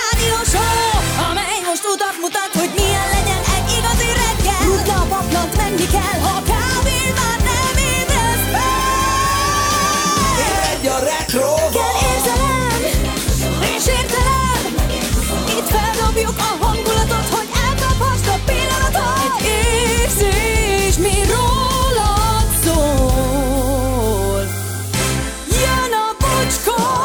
rádió show, amely most utat mutat, hogy milyen legyen egy igazi reggel. Rutna a paplant, menni kell, ha kávé már nem ébresz fel. Egy a retro Kell érzelem, és értelem, itt feldobjuk a hangulatot, hogy elkaphast a pillanatot. Egy érzés, mi rólad szól. Jön a bocskor!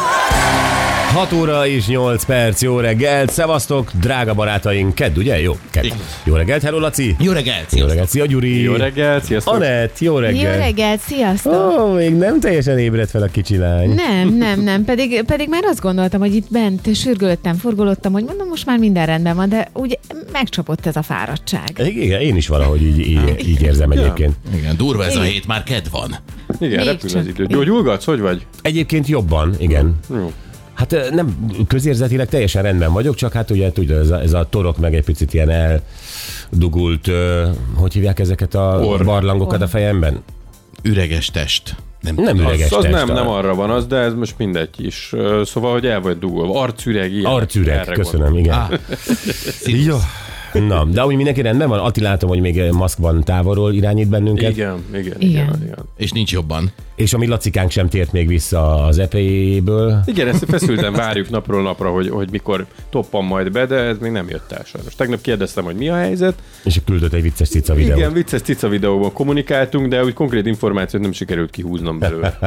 6 óra és 8 perc, jó reggelt, szevasztok, drága barátaink, kedd, ugye? Jó, kedd. Jó reggelt, hello Laci! Jó reggelt! Jó reggelt, szia Gyuri! Jó reggelt, sziasztok! Anett, jó Jó reggelt! reggelt, sziasztok! Ó, még nem teljesen ébredt fel a kicsi lány. Nem, nem, nem, pedig, pedig már azt gondoltam, hogy itt bent sürgölöttem, forgolódtam, hogy mondom, most már minden rendben van, de úgy megcsapott ez a fáradtság. Igen, én is valahogy így, így, így érzem egyébként. Igen, durva ez a hét, már ked van. Igen, Még repül csak. az idő. Gyógyulgatsz, hogy vagy? Egyébként jobban, igen. Hát ö, nem, közérzetileg teljesen rendben vagyok, csak hát ugye tudod, ez a, ez a torok meg egy picit ilyen eldugult, ö, hogy hívják ezeket a Orr. barlangokat a fejemben? Üreges test. Nem, Nem tudom. üreges Az, az test, nem, a- nem arra van az, de ez most mindegy is. Ö, Szóval, hogy el vagy dugolva. Arcüreg, ilyen. Arcüreg, Erre köszönöm, igen. Ah, színusz. Jó. Na, de úgy mindenki rendben van? Atti látom, hogy még eh, maszkban távolról irányít bennünket, igen. Igen, igen, igen, Igen. igen. igen. És nincs jobban. és a mi lacikánk sem tért még vissza az EP-ből. Igen, ezt feszülten várjuk napról napra, hogy, hogy mikor toppan majd be, de ez még nem jött el sajnos. Tegnap kérdeztem, hogy mi a helyzet. És küldött egy vicces cica videót. Igen, vicces cica videóban kommunikáltunk, de úgy konkrét információt nem sikerült kihúznom belőle.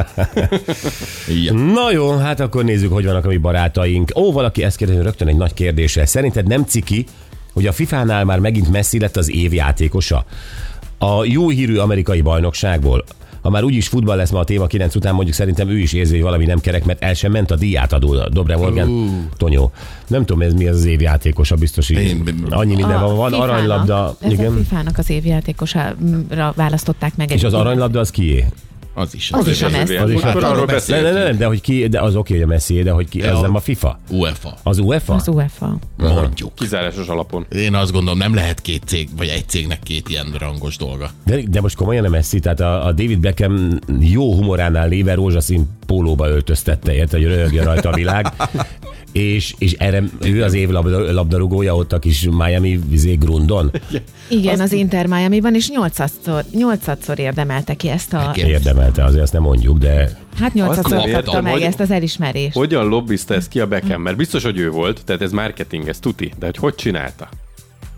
Ja. Na jó, hát akkor nézzük, hogy vannak a mi barátaink. Ó, valaki ezt kérdezi rögtön egy nagy kérdése. Szerinted nem ciki, hogy a FIFA-nál már megint Messi lett az év játékosa? A jó hírű amerikai bajnokságból, ha már úgyis futball lesz ma a téma 9 után, mondjuk szerintem ő is érzi, hogy valami nem kerek, mert el sem ment a díját adó Dobre Morgan uh. Tonyó. Nem tudom, ez mi ez az év játékosa, biztos így. Én- Annyi minden van, van FIFA-nak. aranylabda, Ez igen. a igen. FIFA-nak az évjátékosára választották meg. És az aranylabda az kié? Az is. Az is a Messi. Az is Hát Szóval arról arról Ne, beszéltünk. ne, ne, nem, de hogy ki, de az oké, hogy a Messi, de hogy ki, ez Ja. nem a FIFA. UEFA. Az UEFA? Az UEFA. Mondjuk. Kizárásos alapon. Én azt gondolom, nem lehet két cég, vagy egy cégnek két ilyen rangos dolga. De, de most komolyan nem Messi, tehát a, a David Beckham jó humoránál léve rózsaszín pólóba öltöztette, érted, hogy röhögjön rajta a világ. és, és erre ő az év labda- labdarúgója ott a kis Miami vizé grundon. Igen, az, Inter Miami-ban is 8-szor, 8-szor érdemelte ki ezt a... Neki- Érdemelte, azért azt nem mondjuk, de Hát Azt 8-szor nem kapta értem, meg hogy- ezt az elismerést. Hogyan lobbizta ezt ki a Beckham? Mert biztos, hogy ő volt, tehát ez marketing, ez tuti. De hogy hogy csinálta?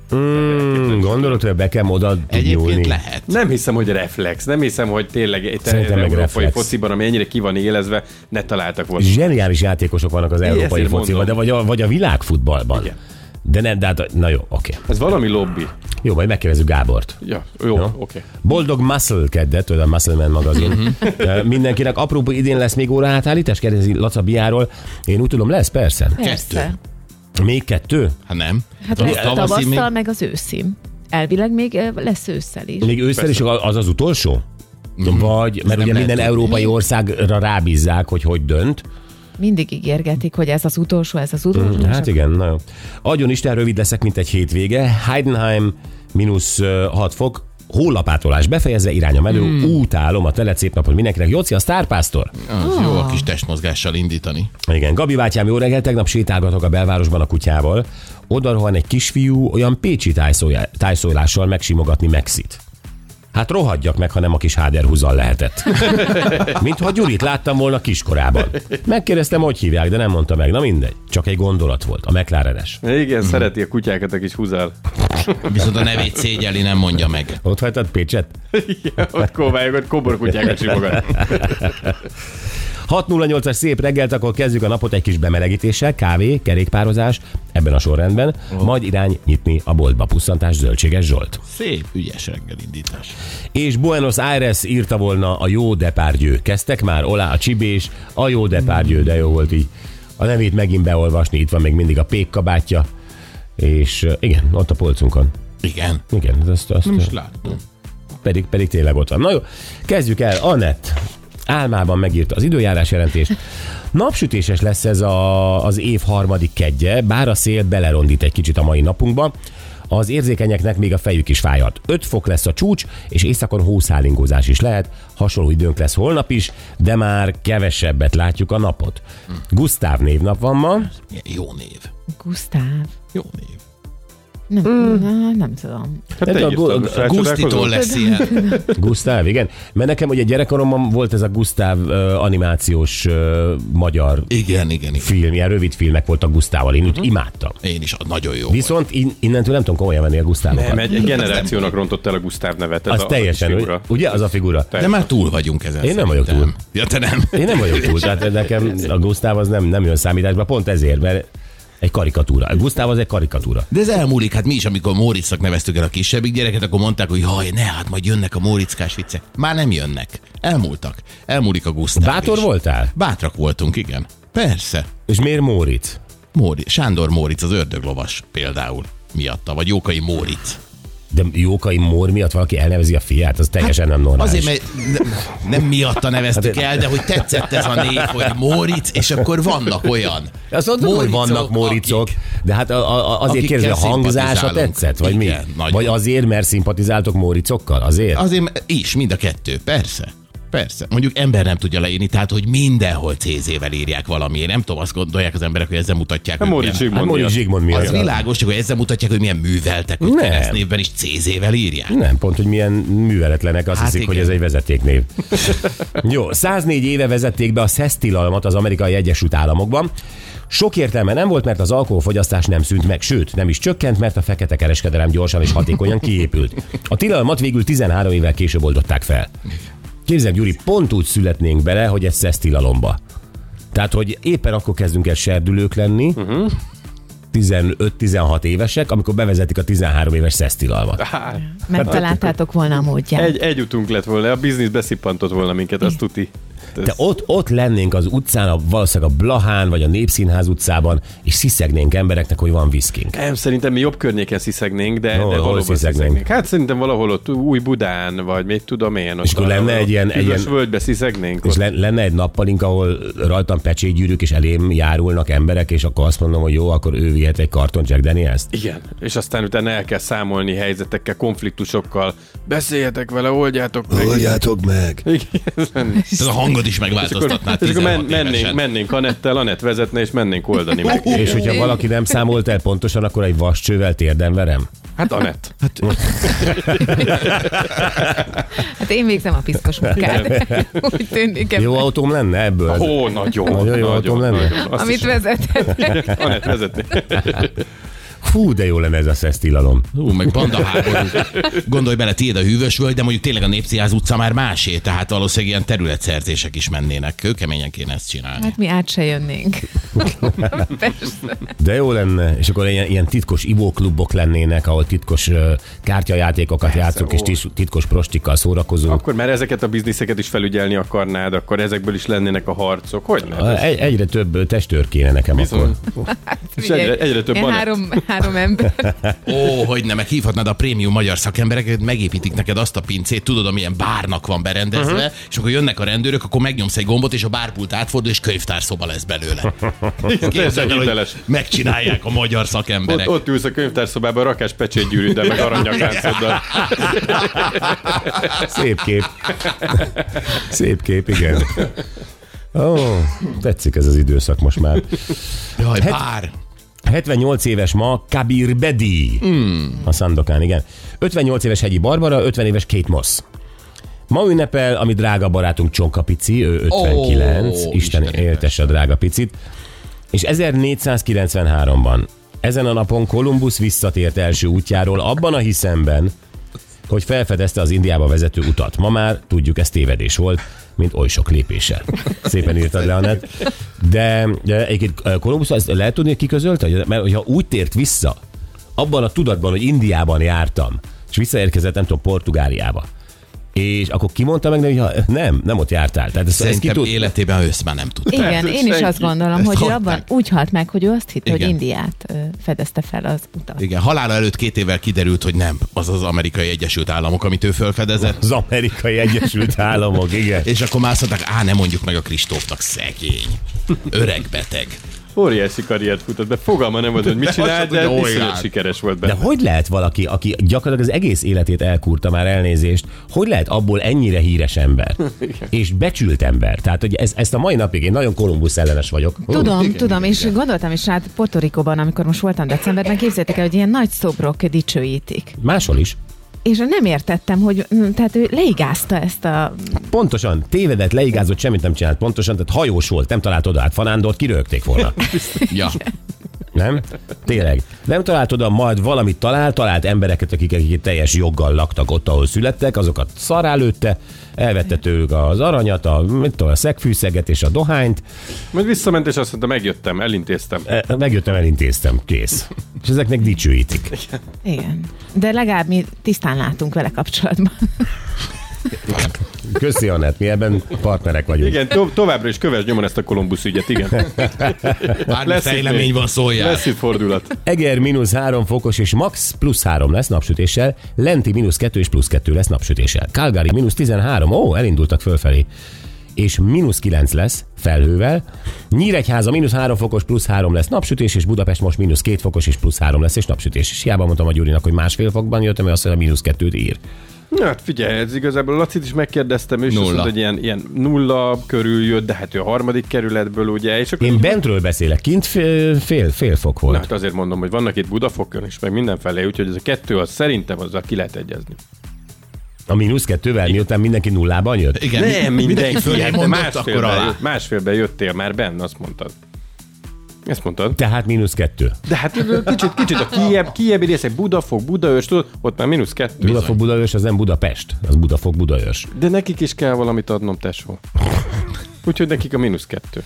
hmm, gondolod, hogy a Beckham oda tud nyúlni? Egyébként lehet. Nem hiszem, hogy reflex. Nem hiszem, hogy tényleg egy Szerintem meg európai reflex. fociban, ami ennyire ki van élezve, ne találtak volna. Zseniális játékosok vannak az európai ezért fociban, de mondom. vagy a, vagy a világfutballban. Igen. De nem, de hát, na jó, oké. Ez valami lobby. Jó, majd megkérdezzük Gábort. Ja, jó, Jó. oké. Okay. Boldog Muscle keddet, tudod, a Muscle Man Mhm. magazin. Ö, Mindenkinek apróba idén lesz még óraátállítás, kérdezi Laca Biáról. Én úgy tudom, lesz persze. Persze. Még kettő? Hát nem. Hát Az lesz a tavaszi még- tavasszal, meg az őszim. Elvileg még eh, lesz ősszel is. Még ősszel is az az utolsó? Vagy, Mhm. nem mert ugye lehet minden tudni. európai országra rábízzák, hogy hogy dönt. Mindig ígérgetik, hogy ez az utolsó, ez az utolsó. és Hát igen, na jó. Adjon Isten, rövid leszek, mint egy hétvége. Heidenheim mínusz ö, 6 fok, Hólapátolás befejezve, irányom elő, Hmm. mm. útálom a telet, szép napot mindenkinek. Jóci, a sztárpásztor! Az jó a kis testmozgással indítani. Igen, Gabi bátyám, jó reggel, tegnap sétálgatok a belvárosban a kutyával. Oda rohan egy kisfiú olyan pécsi tájszójá- tájszólással megsimogatni Mexit. Hát rohadjak meg, ha nem a kis Háder húzal lehetett. Mintha Gyurit láttam volna kiskorában. Megkérdeztem, hogy hívják, de nem mondta meg. Na mindegy, csak egy gondolat volt, a McLarenes. Igen, szereti a kutyákat, a kis húzál. Viszont a nevét szégyeli, nem mondja meg. Ott hagytad Pécset? Igen, ott kóváljuk, ott koborkutyákat simogat. Hát 6.08-as szép reggelt, akkor kezdjük a napot egy kis bemelegítéssel, kávé, kerékpározás, ebben a sorrendben, majd irány nyitni a boltba pusztantás zöldséges Zsolt. Szép, ügyes reggelindítás. és Buenos Aires írta volna a jó depárgyő. Kezdtek már olá a csibés, a jó depárgyő, de jó volt így. A nevét megint beolvasni, itt van még mindig a pékkabátja, és ö, igen, ott a polcunkon. Igen. Igen, azt, azt Most láttam. pedig, pedig tényleg ott van. Na jó, kezdjük el. Anett álmában megírta az időjárás jelentést. Napsütéses lesz ez a, az év harmadik kedje, bár a szél belerondít egy kicsit a mai napunkba. Az érzékenyeknek még a fejük is fájhat. 5 fok lesz a csúcs, és éjszakon hószálingózás is lehet, hasonló időnk lesz holnap is, de már kevesebbet látjuk a napot. Gusztáv névnap van ma. Milyen Jó név. Gusztáv. Jó név. Nem, mm. na, nem tudom. Hát de te a gu- írtad, a Gusztitól felcsodálkozol? lesz ilyen. Gusztáv, igen. Mert nekem ugye gyerekkoromban volt ez a Gusztáv ö, animációs ö, magyar Igen, igen, igen. film, ilyen rövid filmek voltak Gusztával, én Mhm. úgy imádtam. Én is, az nagyon jó volt. Viszont in, innentől nem tudom komolyan venni a Gusztávokat. Nem, egy, egy generációnak rontott el a Gusztáv nevet. Ez az a, teljesen, a kis úgy, figura. ugye az a figura? De már túl vagyunk ezen. Én nem vagyok szerintem. Ja, te nem. Én nem vagyok túl, tehát nekem a Gusztáv az nem, nem jön számításba, pont ezért, mert egy karikatúra. A Gusztáv az egy karikatúra. De ez elmúlik, hát mi is, amikor Móricznak neveztük el a kisebbik gyereket, akkor mondták, hogy haj, ne, hát majd jönnek a Móriczkás viccek. Már nem jönnek. Elmúltak. Elmúlik a Gusztáv Bátor is. voltál? Bátrak voltunk, igen. Persze. És miért Móric? Móri, Sándor Móric, az ördöglovas például miatta, vagy Jókai Móric. De Jókai Mór miatt valaki elnevezi a fiát, az teljesen nem normális. Hát, Azért, mert ne- nem miatta Hát neveztük el, de hogy tetszett ez a név, hogy Móric, és akkor vannak olyan. Azt mondom, hogy Móricok, vannak móricok, akik- de hát a, a, azért akikkel kérdezni, a hangzása szimpatizálunk. tetszett, vagy Igen, mi? nagyon. Vagy azért, mert szimpatizáltok móricokkal? Azért? Azért m- is, mind a kettő, persze. Persze. Mondjuk ember nem tudja leírni, tehát hogy mindenhol CZ-vel írják valami. Én nem tudom, azt gondolják az emberek, hogy ezzel mutatják. Nem hogy Móri milyen- Hát Zsigmond Móric miatt. Zsigmond miatt. az világos, csak hogy ezzel mutatják, hogy milyen műveltek, hogy Nem. Ferenc névben is CZ-vel írják. Nem, pont, hogy milyen műveletlenek, azt Hát hát hiszik, igen. hogy ez egy vezetéknév. Jó, 104 éve vezették be a SZESZ tilalmat az amerikai Egyesült Államokban. Sok értelme nem volt, mert az alkoholfogyasztás nem szűnt meg, sőt, nem is csökkent, mert a fekete kereskedelem gyorsan és hatékonyan kiépült. A tilalmat végül 13 évvel később oldották fel. Képzeld, Gyuri, pont úgy születnénk bele, hogy ez SZESZ tilalomba. Tehát, hogy éppen akkor kezdünk el serdülők lenni, 15-16 évesek, amikor bevezetik a 13 éves SZESZ tilalmat. Hát, Megtaláltátok volna a módját. Egy, egy utunk lett volna, a biznisz beszippantott volna minket, azt tuti. Te ott, ott lennénk az utcán, a, valószínűleg a Blahán vagy a Népszínház utcában, és sziszegnénk embereknek, hogy van viszkink. Nem, szerintem mi jobb környéken sziszegnénk, de, Hol- de hol valóban sziszegnénk? sziszegnénk. Hát szerintem valahol ott Új Budán, vagy mit tudom én. Ott És akkor lenne valahol egy ilyen- egy Üvös ilyen- völgybe sziszegnénk. És ott. le- lenne egy nappalink, ahol rajtam pecsétgyűrűk, és elém járulnak emberek, és akkor azt mondom, hogy jó, akkor ő vihet egy karton Jack daniels Igen, és aztán utána el kell számolni helyzetekkel, konfliktusokkal. Beszéljetek vele, oldjátok meg. Halljátok meg! Igen, ez lenne. Ez a hangod is és akkor, megváltoztatná és akkor men, 16 mennénk, évesen. mennénk Anettel, Anett vezetne, és mennénk oldani meg. És hogyha valaki nem számolt el pontosan, akkor egy vascsővel térden verem. Hát Anett. Hát én végzem a piszkos munkát. Úgy tűnik. Jó autóm lenne ebből? Ez- Ó, nagyon. Nagyon jó autóm lenne. Azt Amit is vezetett. Anett vezetni. Fú, de jó lenne ez a szesztilalom. Hú, meg banda háború. Gondolj bele, tiéd a hűvös völgy, de mondjuk tényleg a Népciház utca már másé, tehát valószínűleg ilyen területszerzések is mennének. Kőkeményen kéne ezt csinálni. Hát mi át se jönnénk. Persze. hát De jó lenne, és akkor ilyen, ilyen titkos ivóklubok lennének, ahol titkos ö, kártyajátékokat játszunk, és ó. tis- titkos prostikkal szórakozunk. Akkor már ezeket a bizniszeket is felügyelni akarnád, akkor ezekből is lennének a harcok. Hogy nem? Egy, egyre több testőr kéne nekem Bizony. akkor. És egyre- egyre több Én van. három, három ember. Ó, hogy nem, meg hívhatnád a prémium magyar szakembereket, megépítik neked azt a pincét, tudod, amilyen bárnak van berendezve, Mhm. uh-huh. és akkor jönnek a rendőrök, akkor megnyomsz egy gombot, és a bárpult átfordul, és könyvtárszoba lesz belőle. Képzeld el, hogy hiteles. megcsinálják a magyar Ott, szakemberek. ott ülsz a könyvtárszobában, rakás pecsétgyűrűddel, meg arannyakáncoddal. Szép kép. Szép kép, igen. Ó, tetszik ez az időszak most már. Jaj, Hát, bár. 78 éves ma Kabir Bedi. A Szandokán, igen. 58 éves Hegyi Barbara, 50 éves Kate Moss. Ma ünnepel, ami drága barátunk Csonka Pici, ő 59, Ó, Isten, Isten Isten éltesse a drága picit. És 1493-ban ezen a napon Kolumbusz visszatért első útjáról abban a hiszemben, hogy felfedezte az Indiába vezető utat. Ma már tudjuk, ez tévedés volt, mint oly sok lépéssel. Szépen írtad le, Anett. De, de egyébként ö, Kolumbusz, ezt lehet tudni, hogy kiközölte? Hogy- Mert hogyha úgy tért vissza, abban a tudatban, hogy Indiában jártam, és visszaérkezett, nem tudom, Portugáliába, és akkor kimondta meg, neki, hogy ha- nem, nem ott jártál. Tehát ezt, ezt ki Szerintem tud... életében ősz már nem tud. Igen, Persze, én is azt senki. gondolom, Ezt hogy ő hagyták. abban úgy halt meg, hogy ő azt hitte, hogy Igen. Indiát ö, fedezte fel az utat. Igen, halála előtt két évvel kiderült, hogy nem az az amerikai Egyesült Államok, amit ő felfedezett. Az amerikai Egyesült Államok, igen. És akkor már azt mondták, á, nem mondjuk meg a Kristófnak, szegény, öreg beteg. óriási karriert futott be. Fogalma nem az, hogy mit De csinál, azt de tudja, hol iszonyat jár. sikeres volt De benne. hogy lehet valaki, aki gyakorlatilag az egész életét elkúrta már elnézést, hogy lehet abból ennyire híres ember? és becsült ember. Tehát, hogy ez, ezt a mai napig én nagyon Kolumbusz ellenes vagyok. Tudom, igen, tudom, igen, és igen. gondoltam is rá Portorikóban, amikor most voltam decemberben, képzeljétek el, hogy ilyen nagy szobrok dicsőítik. Máshol is. És nem értettem, hogy mm, tehát ő leigázta ezt a... Pontosan, tévedett, leigázott, semmit nem csinált. Pontosan, tehát hajós volt, nem talált oda át Fanándort, kirögték volna. Ja. Nem? Tényleg. Nem talált oda, majd valamit talált, talált embereket, akik, akik teljes joggal laktak ott, ahol születtek, azokat szará lőtte, elvette tőlük az aranyat, a, mit tudom, a szegfűszeget és a dohányt, Majd visszament, és azt mondta, megjöttem, elintéztem. E, megjöttem, elintéztem, kész. És ezeknek dicsőítik. Igen. De legalább mi tisztán látunk vele kapcsolatban. Köszi, Anett, mi ebben partnerek vagyunk. Igen, to- továbbra is kövess nyomon ezt a Kolumbusz ügyet, igen. Bármi Hát Lesz itt fejlemény még. van, szóljál. Lesz itt fordulat. Eger mínusz 3 fokos és max plusz 3 lesz napsütéssel, Lenti mínusz 2 és plusz 2 lesz napsütéssel. Calgary mínusz 13, ó, elindultak fölfelé. És mínusz 9 lesz felhővel. Nyíregyháza mínusz 3 fokos plusz 3 lesz napsütés, és Budapest most mínusz 2 fokos és plusz 3 lesz és napsütés. És hiába mondtam a Gyurinak, hogy másfél fokban jöttem, mert azt mondja, mínusz 2-t ír. Na, hát figyelj, ez igazából Lacit is megkérdeztem, ő is Nulla. azt mondta, hogy ilyen, ilyen nulla körül jött, de hát ő a harmadik kerületből, ugye, és akkor... Én bentről beszélek, kint fél, fél, fél fok Na, volt. hát azért mondom, hogy vannak itt Budafokon is, meg mindenfelé, úgyhogy ez a kettő az szerintem azzal ki lehet egyezni. A mínusz 2-vel, miután mindenki nullában jött. Igen, mi- fölé hát te mondott, akkor másfélbe, alá. jött- másfélbe jöttél már benne, azt mondtad. Ezt mondtad? Tehát mínusz 2. De hát kicsit, kicsit a kiebb, kiebbi részek, Budafok, Budaörs, tudod, ott már mínusz kettő. Budafok Budaörs, az nem Budapest, az Budafok Budaörs. De nekik is kell valamit adnom, tesó. Úgyhogy nekik a mínusz kettő.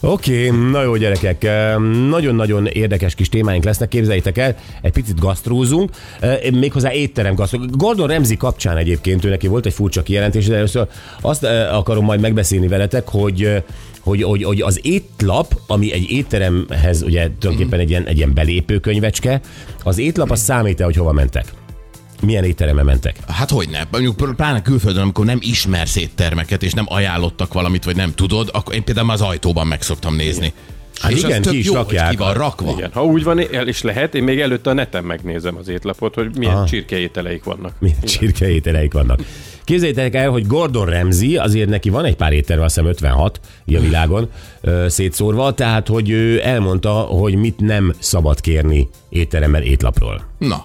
Oké, na jó gyerekek, ehm, nagyon-nagyon érdekes kis témáink lesznek, képzeljétek el, egy picit gasztrózunk, eh, méghozzá étterem gasztrózunk. Gordon Ramsay kapcsán egyébként ő neki volt egy furcsa kijelentés, de először azt eh, akarom majd megbeszélni veletek, hogy eh, hogy, hogy, hogy az étlap, ami egy étteremhez ugye tulajdonképpen egy ilyen, egy ilyen belépőkönyvecske, az étlap az számít hogy hova mentek. Milyen étterembe mentek. Hát hogy ne? Mondjuk pláne külföldön, amikor nem ismersz éttermeket, és nem ajánlottak valamit, vagy nem tudod, akkor én például már az ajtóban meg szoktam nézni. Hát és igen, az tök ki is jó, rakják. hogy ki van rakva. Igen, ha úgy van, el is lehet, én még előtte a neten megnézem az étlapot, hogy milyen Ah. Aha. csirkeételeik vannak. Milyen csirkeételeik vannak. Képzeljétek el, hogy Gordon Ramsay, azért neki van egy pár étterme, azt hiszem 56 így a világon ö, szétszórva, tehát hogy ő elmondta, hogy mit nem szabad kérni étteremmel étlapról. Na,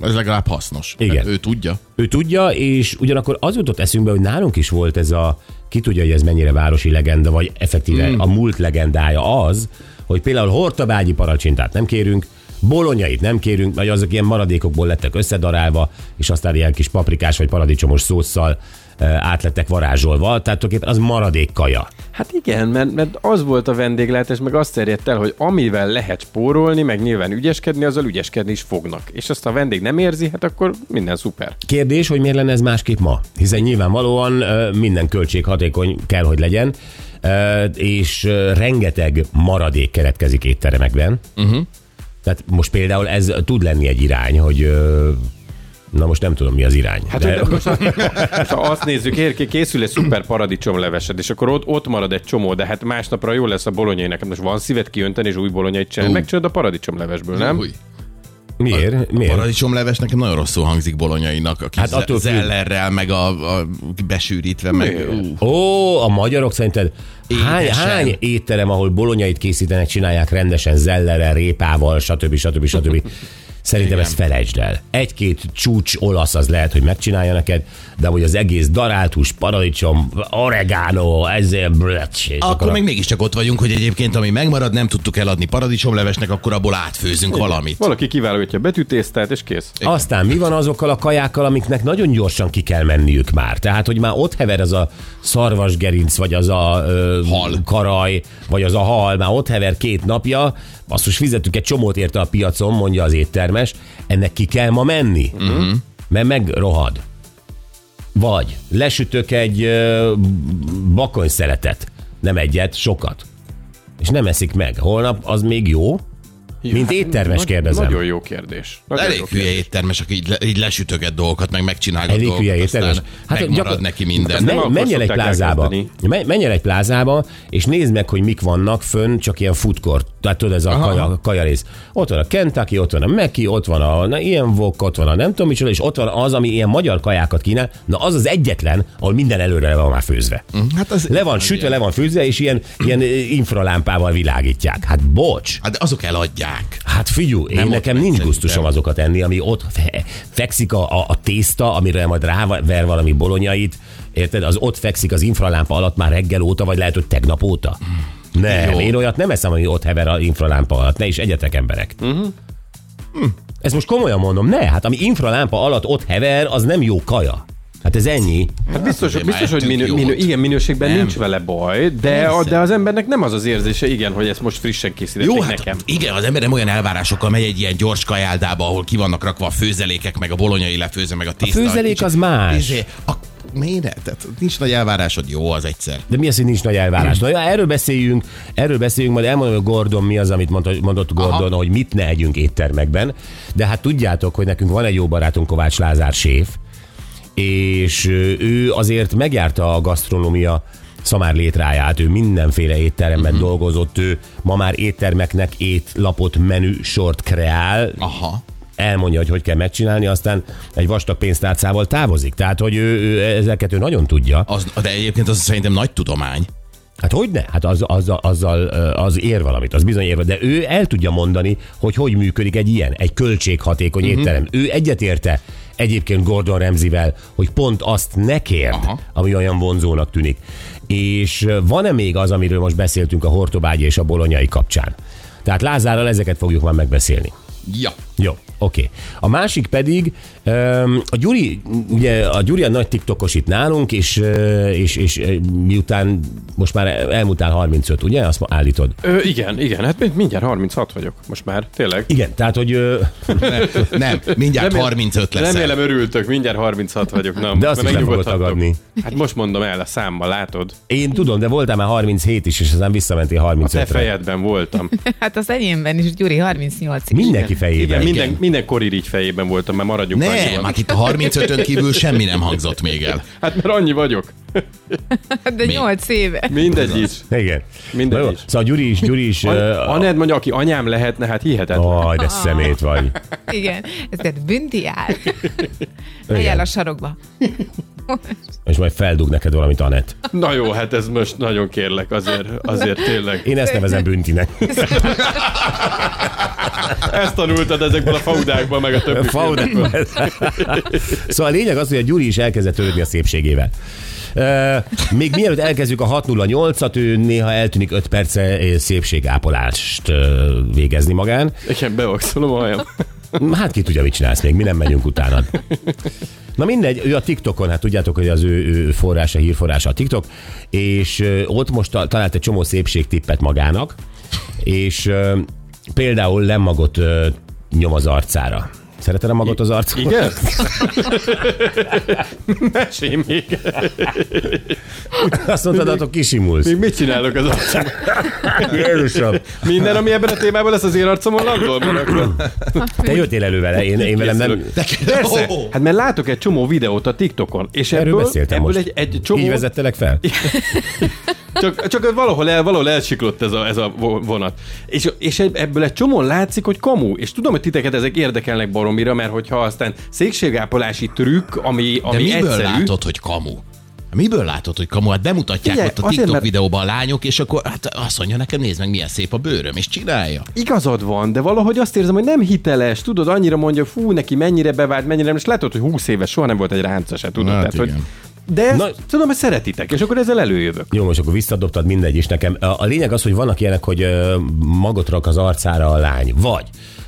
ez legalább hasznos. Igen. Hát ő tudja. Ő tudja, és ugyanakkor az jutott eszünkbe, hogy nálunk is volt ez a, ki tudja, hogy ez mennyire városi legenda, vagy effektíve mm. a múlt legendája az, hogy például hortabágyi paracsintát nem kérünk, bolonyait nem kérünk, vagy azok ilyen maradékokból lettek összedarálva, és aztán ilyen kis paprikás vagy paradicsomos szószal e, átlettek varázsolva, tehát tulajdonképpen az maradék kaja. Hát igen, mert, mert az volt a vendéglátás, meg azt terjedt el, hogy amivel lehet spórolni, meg nyilván ügyeskedni, azzal ügyeskedni is fognak. És azt a vendég nem érzi, hát akkor minden szuper. Kérdés, hogy miért lenne ez másképp ma? Hiszen nyilvánvalóan ö, minden költség hatékony kell, hogy legyen, ö, és ö, rengeteg maradék keletkezik étteremekben. Uh-huh. Tehát most például ez tud lenni egy irány, hogy ö, na most nem tudom mi az irány. Hát, de... hogy most, Hát, ha azt nézzük, érké, készül egy szuper paradicsom levesed, és akkor ott, ott marad egy csomó, de hát másnapra jó lesz a bolonyai nekem. Most van szíved kiönteni, és új bolonyait csinálni, Ú. megcsinálod a paradicsom levesből, nem? Új. miért? miért? Paradicsomleves nekem nagyon rosszul hangzik bolonyainak, a kis Hát hát attól attól függ. zellerrel, meg a, a besűrítve, meg... Ú, Ó, a magyarok szerinted hány, Édesen. hány étterem, ahol bolonyait készítenek, csinálják rendesen zellerrel, répával, stb. stb. stb. Szerintem ezt felejtsd el. Egy-két csúcs olasz az lehet, hogy megcsinálja neked, de hogy az egész darált hús, paradicsom, oregano, ezért blöcs. és Akkor a- még mégiscsak ott vagyunk, hogy egyébként ami megmarad, nem tudtuk eladni paradicsomlevesnek, akkor abból átfőzünk valamit. Valaki kiválogatja a betűtésztát, és kész. Aztán mi van azokkal a kajákkal, amiknek nagyon gyorsan ki kell menniük már? Tehát, hogy már ott hever az a szarvasgerinc, vagy az a ö, Hal. karaj, vagy az a hal, már ott hever két napja, azt most fizettük egy csomót érte a piacon, mondja az éttermes, ennek ki kell ma menni, uh-huh. Mhm. mert megrohad. Vagy lesütök egy ö, bakonyszeletet, nem egyet, sokat, és nem eszik meg. Holnap az még jó? Mint éttermes hát Nagy- kérdezem. Nagyon jó kérdés. Nagyon Elég jó hülye éttermes, aki így, le, így lesütöget dolgokat, meg megcsinálgat Elég dolgokat, hülye éttermes. Hát, aztán megmarad gyakor- neki minden. Men, akkor menj el egy szokták plázába. elkezdeni. Menj, menj el egy plázába, és nézd meg, hogy mik vannak fönn, csak ilyen food court tehát tudod, ez a kaja, kaja rész. Ott van a Kentucky, ott van a Meki, ott van a na, ilyen vok, ott van a nem tudom micsoda, és ott van az, ami ilyen magyar kajákat kínál. Na az az egyetlen, ahol minden előre le van már főzve. Hát az, Le van sütve, le van főzve, és ilyen, ilyen ö, infralámpával világítják. Hát bocs! Hát de azok eladják. Hát figyú, én Nem nem ott nekem megy nincs szerintem. gusztusom azokat enni, ami ott fe- fekszik a, a, a tészta, amire majd ráver valami bolonyait, érted? Az ott fekszik az infralámpa alatt már reggel óta, vagy lehet, hogy tegnap óta. Nem, Jó. én olyat nem eszem, ami ott hever az infralámpa alatt. Ne is egyetek emberek. Uh-huh. Mhm. Ez most komolyan mondom, ne, hát ami infralámpa alatt ott hever, az nem jó kaja. Hát ez ennyi. Hát biztos, azért biztos már hogy minő, ettünk minő, jót. igen, minőségben nem. nincs vele baj, de, a, de az embernek nem az az érzése, igen, hogy ezt most frissen készítették Jó, hát nekem. igen, az ember nem olyan elvárásokkal megy egy ilyen gyors kajáldába, ahol ki vannak rakva a főzelékek, meg a bolonyai lefőző, meg a tészta. főzelék Kicsit- az más. Izé, a, miért ne? Tehát nincs nagy elvárásod, jó az egyszer. De mi az, hogy nincs nagy elvárás? Na, ja, erről beszéljünk, erről beszéljünk, majd elmondom, hogy Gordon mi az, amit mondta, mondott Gordon, Aha. hogy mit ne együnk éttermekben. De hát tudjátok, hogy nekünk van egy jó barátunk, Kovács Lázár séf, és ö, ő azért megjárta a gasztronómia szamár létráját, ő mindenféle étteremben uh-huh. dolgozott, ő ma már éttermeknek étlapot, menü, sort kreál, Aha. elmondja, hogy hogy kell megcsinálni, aztán egy vastag pénztárcával távozik. Tehát, hogy ő, ő ezeket ő nagyon tudja. Az, de egyébként az szerintem nagy tudomány. Hát hogy ne? Hát az, az, azzal ö, az ér valamit, az bizony ér valamit, de ő el tudja mondani, hogy hogy működik egy ilyen, egy költséghatékony uh-huh. étterem. Ő egyetérte egyébként Gordon Ramsayvel, hogy pont azt ne kért, Aha. Aha. ami olyan vonzónak tűnik. És ö, van-e még az, amiről most beszéltünk a Hortobágyi és a Bolonyai kapcsán? Tehát Lázárral ezeket fogjuk már megbeszélni. Ja. Jó, oké. A másik pedig, öm, a Gyuri, ugye a Gyuri a nagy tiktokos itt nálunk, és, ö, és, és ö, miután most már elmúltál 35, ugye? Azt ma állítod. Ö, igen, igen, hát mind- mindjárt 36 vagyok, most már, tényleg. Igen, tehát, hogy ö, Nem, nem mindjárt 35 lesz. Remélem örültök, mindjárt 36 vagyok. Na, de azt is már le fogod megnyugodhatok. tagadni. Hát most mondom el a számmal, látod? Én tudom, de voltál már 37 is, és aztán visszamentél A te 35-re. E fejedben voltam. Hát az enyémben is, Gyuri, 38 is. Mindenki fejében. Igen, Igen, minden, minden korirígy fejében voltam, mert maradjunk Nem, annyiban. hát itt a 35-ön kívül semmi nem hangzott még el. Hát mert annyi vagyok. Hát De Mi? 8 éve. Mindegy is. Igen. Mindegy Na jó, is. Szóval Gyuri is, Gyuri is... An- ö, Aned mondja, aki anyám lehetne, hát hihetetlen. Aj, de szemét vagy. Igen. Ezért bünti áll. Helyel a sarokba. És majd feldug neked valamit, Anett. Na jó, hát ez most nagyon kérlek, azért, azért tényleg. Én ezt nevezem büntinek. Ezt tanultad ezekből a faudákból, meg a többi filmekből. Faudember. szóval a lényeg az, hogy a Gyuri is elkezdett törődni a szépségével. Ö, Még mielőtt elkezdjük a 608-at, ő néha eltűnik 5 perce ö, szépségápolást ö, végezni magán. Igen, bevakszolom a hajam. Hát ki tudja, mit csinálsz még, mi nem megyünk utána. Na mindegy, ő a TikTokon, hát tudjátok, hogy az ő, ő forrása, hírforrása a TikTok, és ö, ott most ta- talált egy csomó szépségtippet magának, és ö, például lemmagot ö, nyom az arcára. Szereted a magot az arcára? Igen? Mesélj még. Azt mondtad, attól kisimulsz. Még mit csinálok az arcom? Jézusom. Minden, ami ebben a témában lesz az én arcomon, landol? Mert akkor- Te jöttél elő vele, én, én velem nem... De Persze. Hát mert látok egy csomó videót a TikTokon, és Erről ebből, beszéltem ebből most. egy, egy csomó, Így vezettelek fel? csak, csak valahol, el, valahol elsiklott ez a, ez a vo- vonat. És, és ebből egy csomó látszik, hogy kamu. És tudom, hogy titeket ezek érdekelnek baromira, mert hogyha aztán székségápolási trükk, ami, De ami miből egyszerű, látod, hogy kamu? Miből látod, hogy kamu? Hát bemutatják Figyelj, ott a azért, TikTok mert- videóban a lányok, és akkor hát azt mondja nekem, nézd meg, milyen szép a bőröm, és csinálja. igazad van, de valahogy azt érzem, hogy nem hiteles. Tudod, annyira mondja, fú, neki mennyire bevált, mennyire nem. És látod, hogy 20 éves soha nem volt egy ránca se, tudod. Hát tehát, hogy... igen. De ezt, Na- tudom, hogy szeretitek, és akkor ezzel előjövök. Jó, most akkor visszadobtad mindegy is nekem. A, a lényeg az, hogy vannak ilyenek, hogy ö, magot rak az arcára a lány. Vagy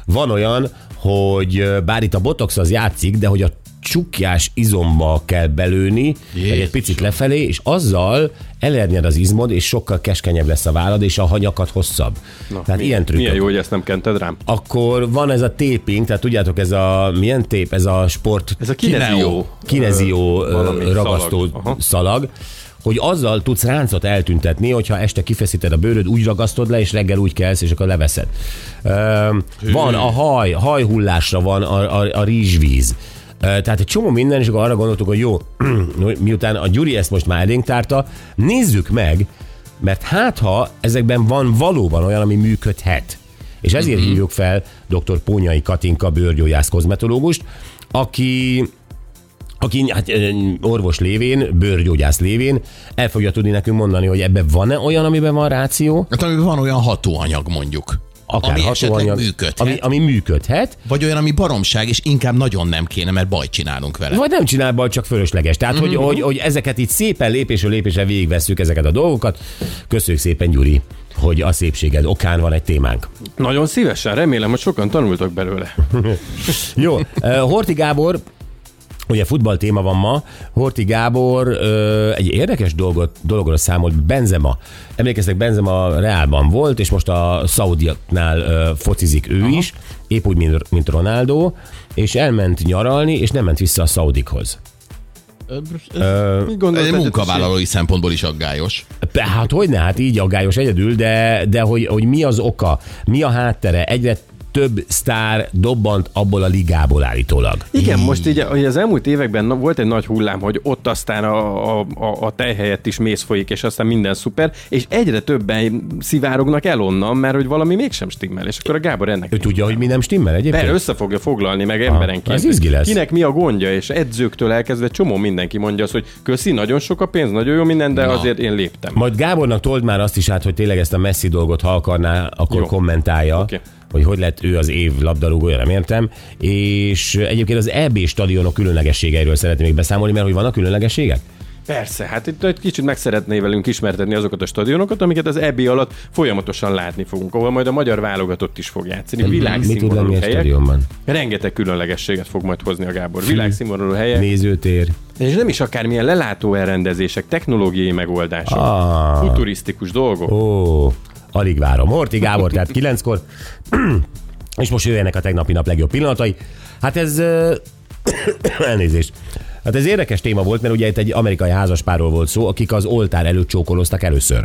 van olyan, hogy ö, bár itt a botox az játszik, de hogy a csukjás izomba kell belőni, vagy egy picit lefelé, és azzal elernyed az izmod, és sokkal keskenyebb lesz a vállad, és a hanyakat hosszabb. Na, Tehát ilyen trükkök Milyen jó, hogy ezt nem kented rám. akkor van ez a téping, tehát tudjátok, ez a milyen tép, ez a sport... Ez a kinezió. Kinezió ö, valami ragasztó szalag. szalag, Aha. szalag, hogy azzal tudsz ráncot eltüntetni, hogyha este kifeszíted a bőröd, úgy ragasztod le, és reggel úgy kelsz, és akkor leveszed. Öm, van a haj, hajhullásra van a, a, a rizsvíz. Ö, Tehát egy csomó minden, és akkor arra gondoltuk, hogy jó, miután a Gyuri ezt most már elénk tárta, nézzük meg, Mert hát ha ezekben van valóban olyan, ami működhet. És ezért Mhm. mm-hmm. hívjuk fel dr. Pónyai Katinka bőrgyógyász kozmetológust, aki aki hát, ö, orvos lévén, bőrgyógyász lévén el fogja tudni nekünk mondani, hogy ebben van-e olyan, amiben van ráció, Hát amiben van olyan hatóanyag mondjuk. akár ami esetleg hatóanyag, működhet. ami, ami működhet, Vagy olyan, ami baromság, és inkább nagyon nem kéne, mert bajt csinálunk vele. Vagy nem csinál baj, csak fölösleges. Tehát, Mhm. hogy, hogy, hogy ezeket itt szépen lépésről lépésre végigvesszük ezeket a dolgokat. Köszönjük szépen, Gyuri, hogy a szépséged okán van egy témánk. Nagyon szívesen, remélem, hogy sokan tanultak belőle. Jó, eh, Horti Gábor, ugye futball téma van ma, Horti Gábor ö, egy érdekes dolgot, dologról számolt, Benzema. Emlékeztek, Benzema Reálban volt, és most a Szaudiaknál ö, focizik ő Aha. is, épp úgy, mint, mint Ronaldo, és elment nyaralni, és nem ment vissza a Szaudikhoz. Mit gondolsz, Ez munkavállalói szempontból is aggályos. Pe- Hát hogy ne, hát így aggályos egyedül, de, de hogy, hogy mi az oka, mi a háttere, egyre több sztár dobbant abból a ligából állítólag. Igen, most így ugye az elmúlt években na- volt egy nagy hullám, hogy ott aztán a, a, a, a tej helyett is mész folyik, és aztán minden szuper, és egyre többen szivárognak el onnan, mert hogy valami mégsem stimmel, és akkor a Gábor ennek Ő tudja, hogy mi nem stimmel Be, egyébként? össze fogja foglalni meg emberenként. Ah, ez izgi lesz. Kinek mi a gondja, és edzőktől elkezdve csomó mindenki mondja azt, hogy köszi, nagyon sok a pénz, nagyon jó minden, de Na. Na. azért én léptem. Majd Gábornak told már azt is át, hogy tényleg ezt a messzi dolgot, ha akarná, akkor Jó. Jó. kommentálja, okay. Oké. hogy hogy lett ő az év labdarúgója, nem értem. És egyébként az EB stadionok különlegességeiről szeretném még beszámolni, mert hogy vannak különlegességek? Persze, hát itt egy kicsit meg szeretné velünk ismertetni azokat a stadionokat, amiket az EB alatt folyamatosan látni fogunk, ahol majd a magyar válogatott is fog játszani. Mit tud lenni Világszínvonalú egy helyek. stadionban? Rengeteg különlegességet fog majd hozni a Gábor. Világszínvonalú helyek, Nézőtér. és nem is akármilyen lelátó elrendezések, technológiai megoldások, Ah. futurisztikus dolgok. Ó, alig várom. Horti Gábor, tehát kilenckor. És most jöjjenek a tegnapi nap legjobb pillanatai. Hát ez... ö, elnézést. Hát ez érdekes téma volt, mert ugye itt egy amerikai házaspárról volt szó, akik az oltár előtt csókolóztak először.